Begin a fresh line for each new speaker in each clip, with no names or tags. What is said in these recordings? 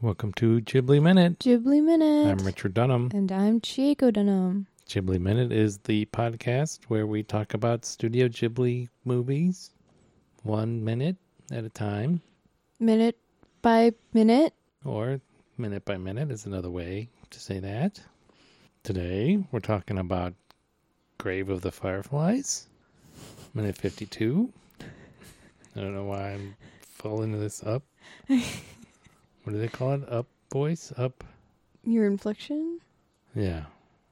Welcome to Ghibli Minute.
Ghibli Minute.
I'm Richard Dunham.
And I'm Chieko Dunham.
Ghibli Minute is the podcast where we talk about Studio Ghibli movies one minute at a time,
Minute by minute.
or minute by minute is another way to say that. Today we're talking about Grave of the Fireflies, minute 52. I don't know why I'm pulling this up. what do they call it? Up voice? Up.
Your inflection?
Yeah.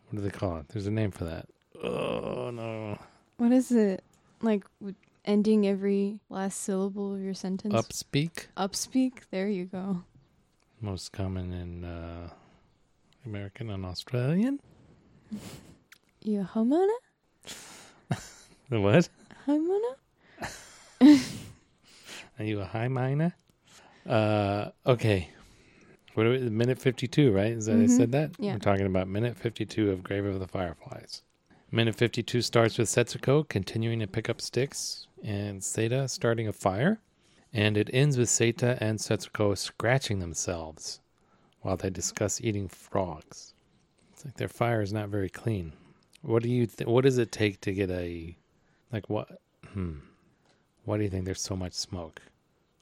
What do they call it? There's a name for that. Oh no.
What is it? Like w- ending every last syllable of your sentence?
Upspeak,
Upspeak? There you go.
most common in uh, American and Australian.
You Hamana?
The What?
Hamana?
Are you a high minor? Uh, okay. What are we, minute 52, right? Is that I
Mhm.
said that?
Yeah.
We're talking about minute 52 of Grave of the Fireflies. Minute 52 starts with Setsuko continuing to pick up sticks and Seta starting a fire. And it ends with Seta and Setsuko scratching themselves while they discuss eating frogs. It's like their fire is not very clean. What do you th- what does it take to get a like what hmm why do you think there's so much smoke?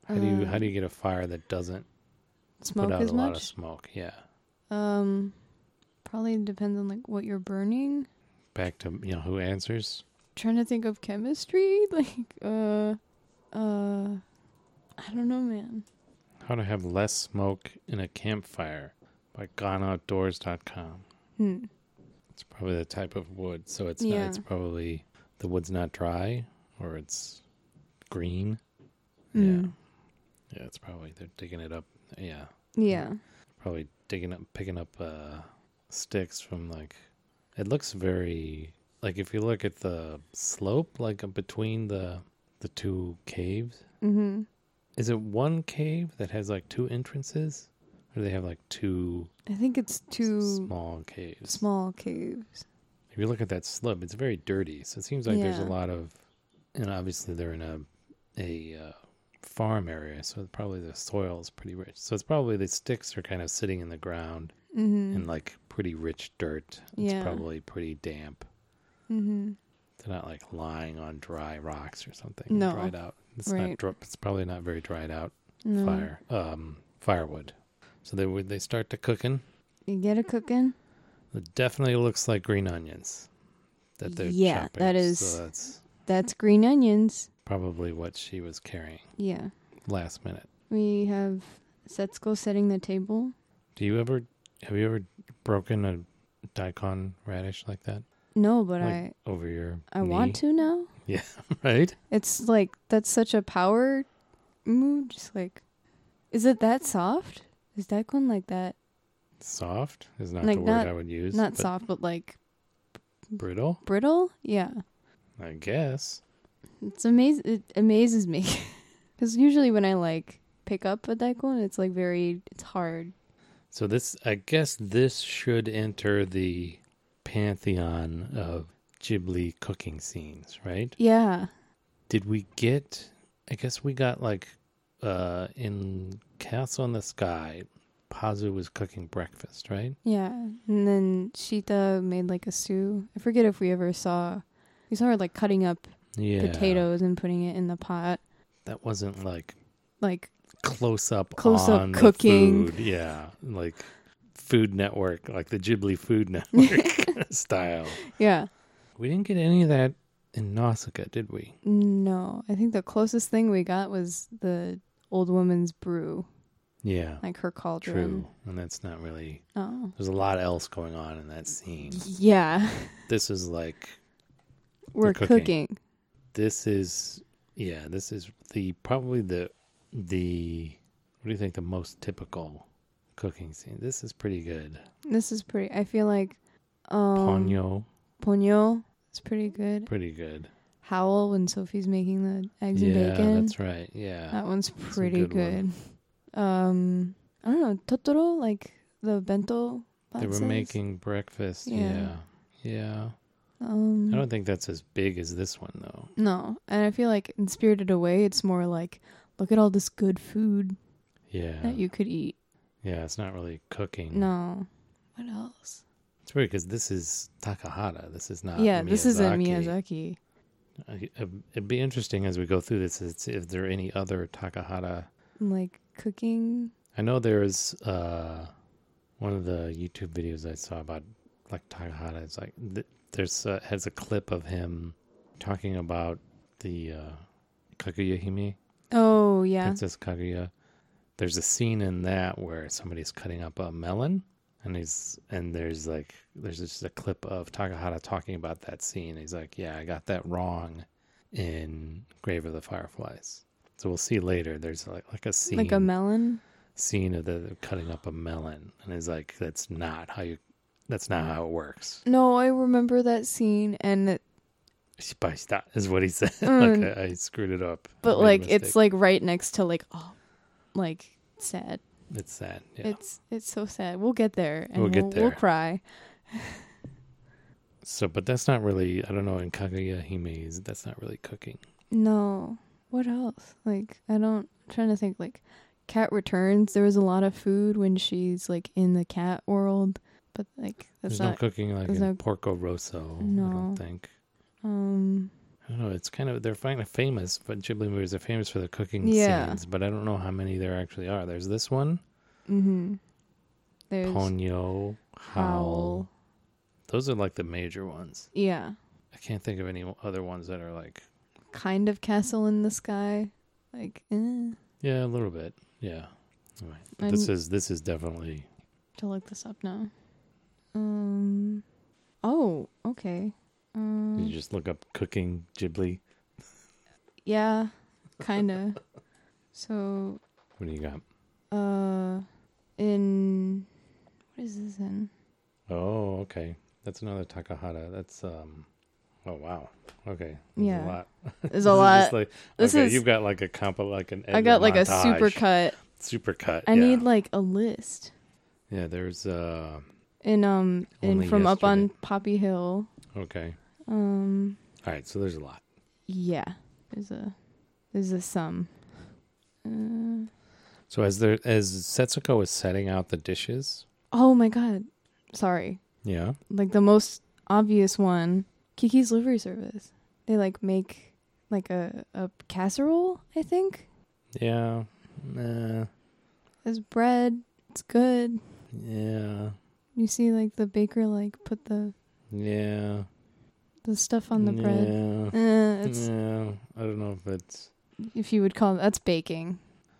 How do you how do you get a fire that doesn't
Smoke
put out
as
a lot of
much?
smoke? Yeah.
Um, probably depends on like what you're burning.
Back to you know who answers.
Trying to think of chemistry? Like, uh, uh, I don't know, man.
How to have less smoke in a campfire by goneoutdoors.com.
Hmm.
It's probably the type of wood, so it's
Yeah.
not, it's probably the wood's not dry or it's green.
Mm.
Yeah, yeah, it's probably they're digging it up. Yeah,
Yeah.
probably digging up, picking up uh, sticks from like. It looks very like if you look at the slope, like between the the two caves.
Mm-hmm.
Is it one cave that has like two entrances, or do they have like two
I think it's too
small caves?
small caves.
If you look at that slope, it's very dirty. So it seems like there's a
Yeah.
lot of, and obviously they're in a a uh, farm area, so probably the soil is pretty rich. So it's probably the sticks are kind of sitting in the ground
Mm-hmm.
in like pretty rich dirt. It's
Yeah.
probably pretty damp.
mm-hmm.
They're not like lying on dry rocks or something.
No.
dried out. It's not.
Right.
Dr- it's probably not very dried out
No.
fire. Um, firewood. So they would they start to cooking.
You get it cooking.
It definitely looks like green onions that they're
Yeah,
chopping.
that
So
is-
that's
That's green onions.
probably what she was carrying
Yeah.
last minute.
We have Setsuko setting the table.
Do you ever have you ever broken a daikon radish like that
No, but
Like,
I
over your
I want to now.
right?
It's like that's such a power move. Just like, is it that soft? Is daikon like that?
Soft is not
Like,
the word
not-
I would use.
Not
but
soft, but like
Brittle,
brittle. Yeah.
I guess.
It's amaz- it amazes me. Because usually when I like pick up a daikon, it's like very it's hard.
So this, I guess, this should enter the pantheon of Ghibli cooking scenes, right?
Yeah.
did we get i guess we got like uh in castle in the sky pazu was cooking breakfast right
Yeah. And then Shita made like a stew. I forget if we ever saw we saw her like cutting up
yeah
potatoes and putting it in the pot.
that wasn't like
Like
close up
Close up
on the
cooking.
food. yeah like food network like the ghibli food network style
yeah.
we didn't get any of that in nausicaa did we
No. I think the closest thing we got was the old woman's brew,
yeah
like her cauldron.
true and that's not really
Oh.
there's a lot else going on in that scene
Yeah.
this is like
We're
cooking.
cooking.
this is yeah this is the probably the the what do you think the most typical cooking scene this is pretty good
This is pretty I feel like um
ponyo
Ponyo is pretty good.
pretty good
Howl when Sophie's making the eggs and
yeah
bacon.
that's right yeah
That one's
a
pretty
good
good. Um, I don't know Totoro, like the bento.
they were
boxes?
making breakfast yeah
Yeah.
yeah,
Um,
i don't think that's as big as this one though
no, and I feel like in Spirited Away, it's more like, look at all this good food
yeah Mm.
that you could eat.
Yeah, it's not really cooking.
No. What else?
It's weird because this is Takahata. This is not.
yeah, this isn't
Uh, Miyazaki.
Miyazaki.
I- uh, It'd be interesting as we go through this is if there are any other Takahata.
Like cooking.
I know there's uh, one of the YouTube videos I saw about like Takahata. It's like th- there's uh, has a clip of him talking about the uh, Kaguya Hime,
Oh yeah.
Princess Kaguya. There's a scene in that where somebody's cutting up a melon, and he's and there's like there's just a clip of Takahata talking about that scene. He's like, "Yeah, I got that wrong in Grave of the Fireflies." So we'll see later. There's like like a scene
like a melon.
scene of the cutting up a melon, and he's like, "That's not how you. That's not how it works."
No, I remember that scene and it,
Spice that is what he said.
Mm.
like I, I screwed it up.
but
Made a
like
mistake.
it's like right next to like oh like sad.
it's sad. Yeah.
It's it's so sad. We'll get there
We'll
and we'll,
get there.
we'll cry.
So, but that's not really, I don't know, in Kaguya Hime's, that's not really cooking.
No. What else? Like I don't I'm trying to think like Cat Returns, there was a lot of food when she's like in the cat world, but like that's
there's no
not
cooking like in
there's no-
Porco Rosso, I don't
No.
think.
um
I don't know, it's kind of, they're kind of famous, but Ghibli movies are famous for the cooking
Yeah.
scenes, but I don't know how many there actually are. There's this one,
mhm. There's
Ponyo, Howl.
Howl.
Those are like the major ones.
yeah,
I can't think of any other ones that are like,
kind of castle in the sky. Like eh.
yeah, a little bit. Yeah. All right. But this
I'm-
is, this is definitely,
to look this up now. Um. Oh, okay.
you
Um.
just look up cooking Ghibli.
Yeah, kind of. so,
What do you got?
uh, in what is this in?
Oh, okay. That's another Takahata. That's um. Oh wow. Okay. There's
Yeah.
A lot.
There's
This
a
is just
lot.
Like,
this
okay,
is-
you've got like a comp, like an.
I got like a
montage.
super cut.
Super cut.
I
yeah.
need like a list.
Yeah. There's uh.
In um in
Only
from up on Poppy Hill.
Okay.
Um.
All right. So there's a lot.
Yeah. There's a there's a sum. Uh,
So as there as Setsuko is setting out the dishes.
oh my god. Sorry.
Yeah.
like the most obvious one, Kiki's Livery Service. They like make like a a casserole, I think.
Yeah. Nah.
It's bread. It's good.
Eh. Yeah.
You see like the baker like put the
Yeah.
the stuff on the
yeah.
bread. Uh, it's
yeah. I don't know if it's.
if you would call that's baking.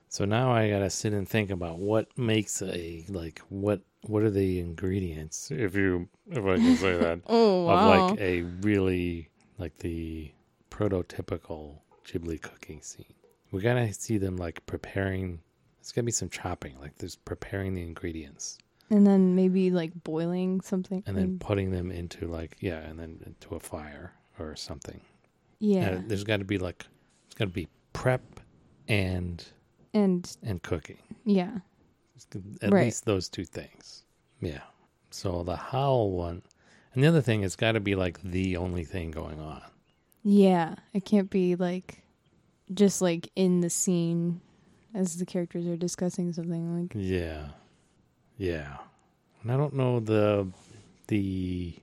So now I gotta sit and think about what makes a like what what are the ingredients if you if I can say that
Oh wow.
of like a really like the prototypical Ghibli cooking scene. We gotta see them like preparing. There's gotta be some chopping, like there's preparing the ingredients
and then maybe like boiling something.
and then putting them into like yeah, and then into a fire or something.
yeah.
Uh, there's gotta be like it's gotta be prep and
and
and cooking.
yeah.
at
Right.
least those two things. Yeah. So the howl one, and the other thing, it's got to be like the only thing going on.
Yeah. It can't be like just like in the scene as the characters are discussing something like
Yeah. Yeah. And I don't know the the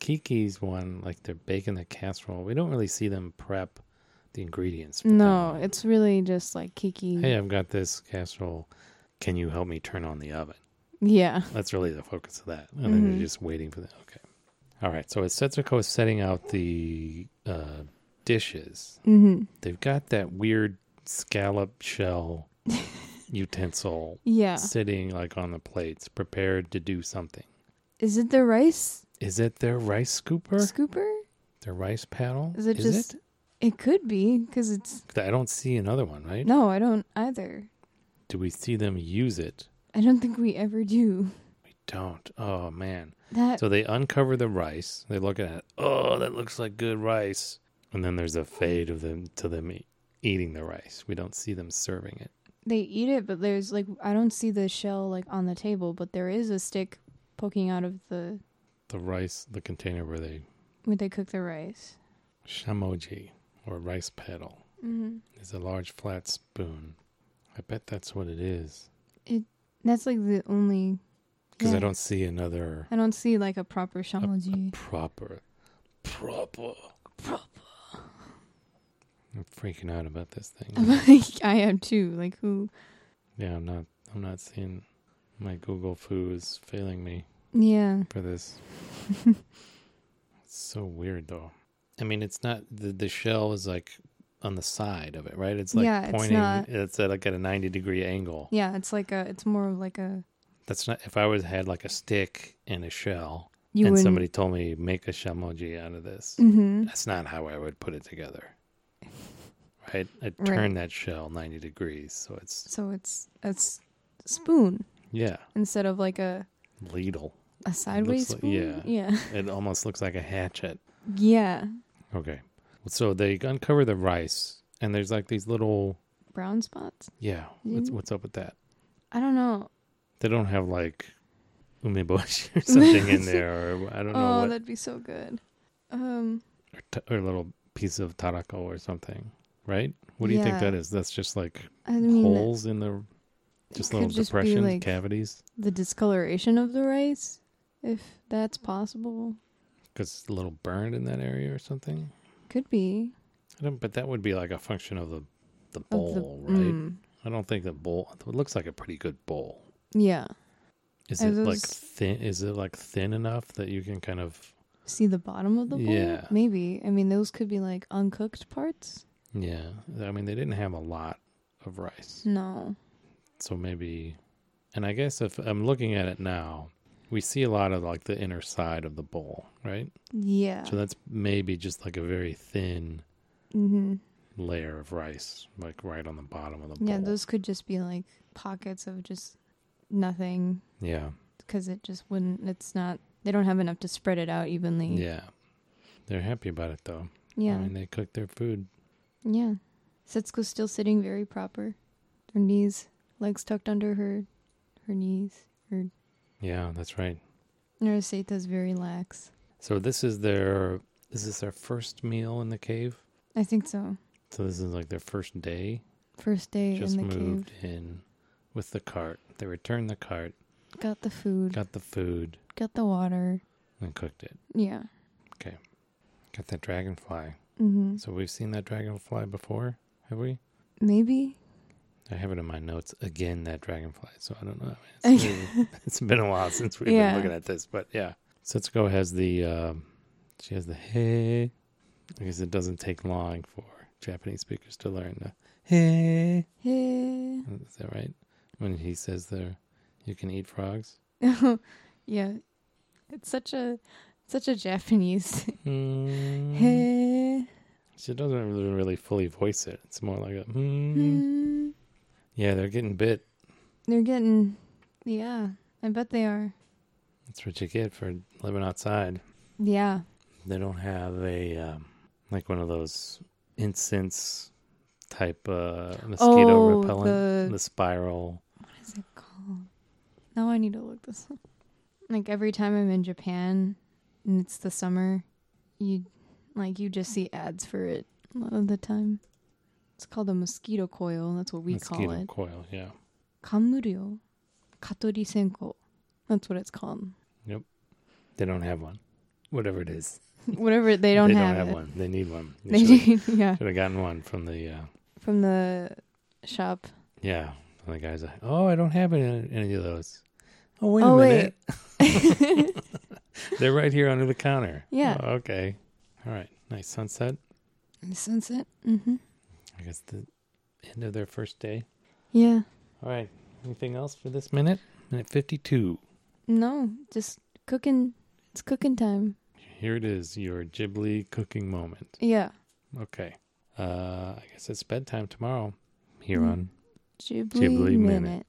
Kiki's one, like they're baking the casserole. We don't really see them prep the ingredients. for
No,
that.
it's really just like Kiki.
hey, I've got this casserole. Can you help me turn on the oven?
Yeah.
That's really the focus of that. And then
Mhm.
you're just waiting for that. Okay. All right. So as Setsuko is setting out the uh, dishes,
hmm
they've got that weird scallop shell utensil
Yeah.
sitting like on the plates, prepared to do something.
Is it the rice
Is it their rice scooper?
scooper?
Their rice paddle?
Is it just?
it?
It? could be because it's.
I don't see another one, right?
No, I don't either.
Do we see them use it?
I don't think we ever do
We don't. Oh, man.
that.
So they uncover the rice. They look at it. Oh, that looks like good rice. And then there's a fade of them to them e- eating the rice. We don't see them serving it.
they eat it, but there's like I don't see the shell like on the table, but there is a stick poking out of the
The rice, the container where they
when they cook the rice.
shamoji or rice paddle
Mm-hmm.
is a large flat spoon. I bet that's what it is.
That's like the only.
because I
Yeah.
don't see another
I don't see like a proper Shamoji.
proper, proper. I'm freaking out about this thing.
like I am too. Like who?
yeah, I'm not. I'm not seeing. My Google Foo is failing me
Yeah.
for this. it's so weird, though. I mean, it's not the the shell is like on the side of it, right? It's like
Yeah, it's
pointing.
not-
it's at like at a ninety degree angle.
Yeah. It's like a. It's more of like a.
That's not. If I was had like a stick and a shell,
You
and
wouldn't.
somebody told me make a shamoji out of this,
Mm-hmm.
that's not how I would put it together. Right? I
Right.
turn that shell 90 degrees. So it's,
So it's a s- spoon
yeah,
instead of like a
ladle.
a sideways
like-
spoon.
yeah.
Yeah.
It almost looks like a hatchet.
Yeah.
Okay. So they uncover the rice, and there's like these little,
Brown spots.
yeah, what's,
Mm.
what's up with that?
I don't know.
They don't have like umeboshi or something in there, or I don't know,
Oh,
what,
that'd be so good. Um.
or, t- or a little piece of tarako or something, right? What do you think
Yeah.
that is? That's just like
I mean,
holes in the, just
could
little
just be,
depressions,
like-
cavities.
the discoloration of the rice, if that's possible,
because it's a little burned in that area or something.
could be.
I don't, but that would be like a function of the the
of the-
bowl, right?
Mm.
I don't think the bowl. It looks like a pretty good bowl.
yeah.
Is
Are
it like
those-
thin? Is it like thin enough that you can kind of
See the bottom of the bowl?
Yeah.
Maybe. I mean, those could be like uncooked parts.
yeah? I mean, they didn't have a lot of rice,
No.
so maybe. And I guess if I'm looking at it now, we see a lot of like the inner side of the bowl, right?
Yeah.
So that's maybe just like a very thin
hmm
layer of rice, like right on the bottom of the bowl.
Yeah, those could just be like pockets of just nothing
yeah.
because it just wouldn't, it's not, they don't have enough to spread it out evenly.
Yeah. They're happy about it though.
Yeah.
I mean, they cook their food.
yeah. Setsuko's still sitting very proper. Her knees, legs tucked under her, her knees.
Yeah, that's right.
Naraseta's very lax.
So this is their is this their first meal in the cave?
I think so.
So this is like their first day.
First day
Just
in the
moved in with the cart. They returned the cart,
cave. Got the food.
got the food,
got the water.
and cooked it.
Yeah.
Got that dragonfly.
Mm-hmm.
So we've seen that dragonfly before, have we?
Maybe.
I have it in my notes again. That dragonfly. So I don't know. I mean, it's, really- it's been a while since we've
Yeah.
been looking at this, but yeah. Setsuko has the um, she has the hey. I guess it doesn't take long for Japanese speakers to learn the hey.
Hey.
Is that right? When he says there, you can eat frogs.
yeah. It's such a such a Japanese.
Mm.
Hey.
She doesn't really, really fully voice it. It's more like a mm.
Hmm.
yeah. They're getting bit.
They're getting Yeah. I bet they are.
That's what you get for living outside.
Yeah.
They don't have a um, like one of those incense type uh, mosquito
Oh,
repellent, the...
the
spiral.
what is it called? Now I need to look this up. Like every time I'm in Japan and it's the summer, you like you just see ads for it a lot of the time. It's called a mosquito coil. That's what we
mosquito
call it.
coil. Yeah,
Kamuryo Katori Senko. That's what it's called.
they don't have one. Whatever it is,
Whatever they don't
they
have, it.
one. They need one. They
They
should
do, yeah,
have gotten one from the uh,
from the shop.
yeah. From the guys. Like, oh, I don't have any, any of those. Oh wait
Oh,
a
wait.
minute. They're right here under the counter.
Yeah.
Oh, okay. All right. Nice sunset.
Sunset. Mm-hmm.
I guess the end of their first day.
Yeah.
All right. Anything else for this minute? Minute 52.
No, just cooking. It's cooking time.
Here it is, your Ghibli cooking moment.
Yeah.
Okay. Uh, I guess it's bedtime tomorrow here
Mm.
on
Ghibli,
Ghibli Minute.
minute.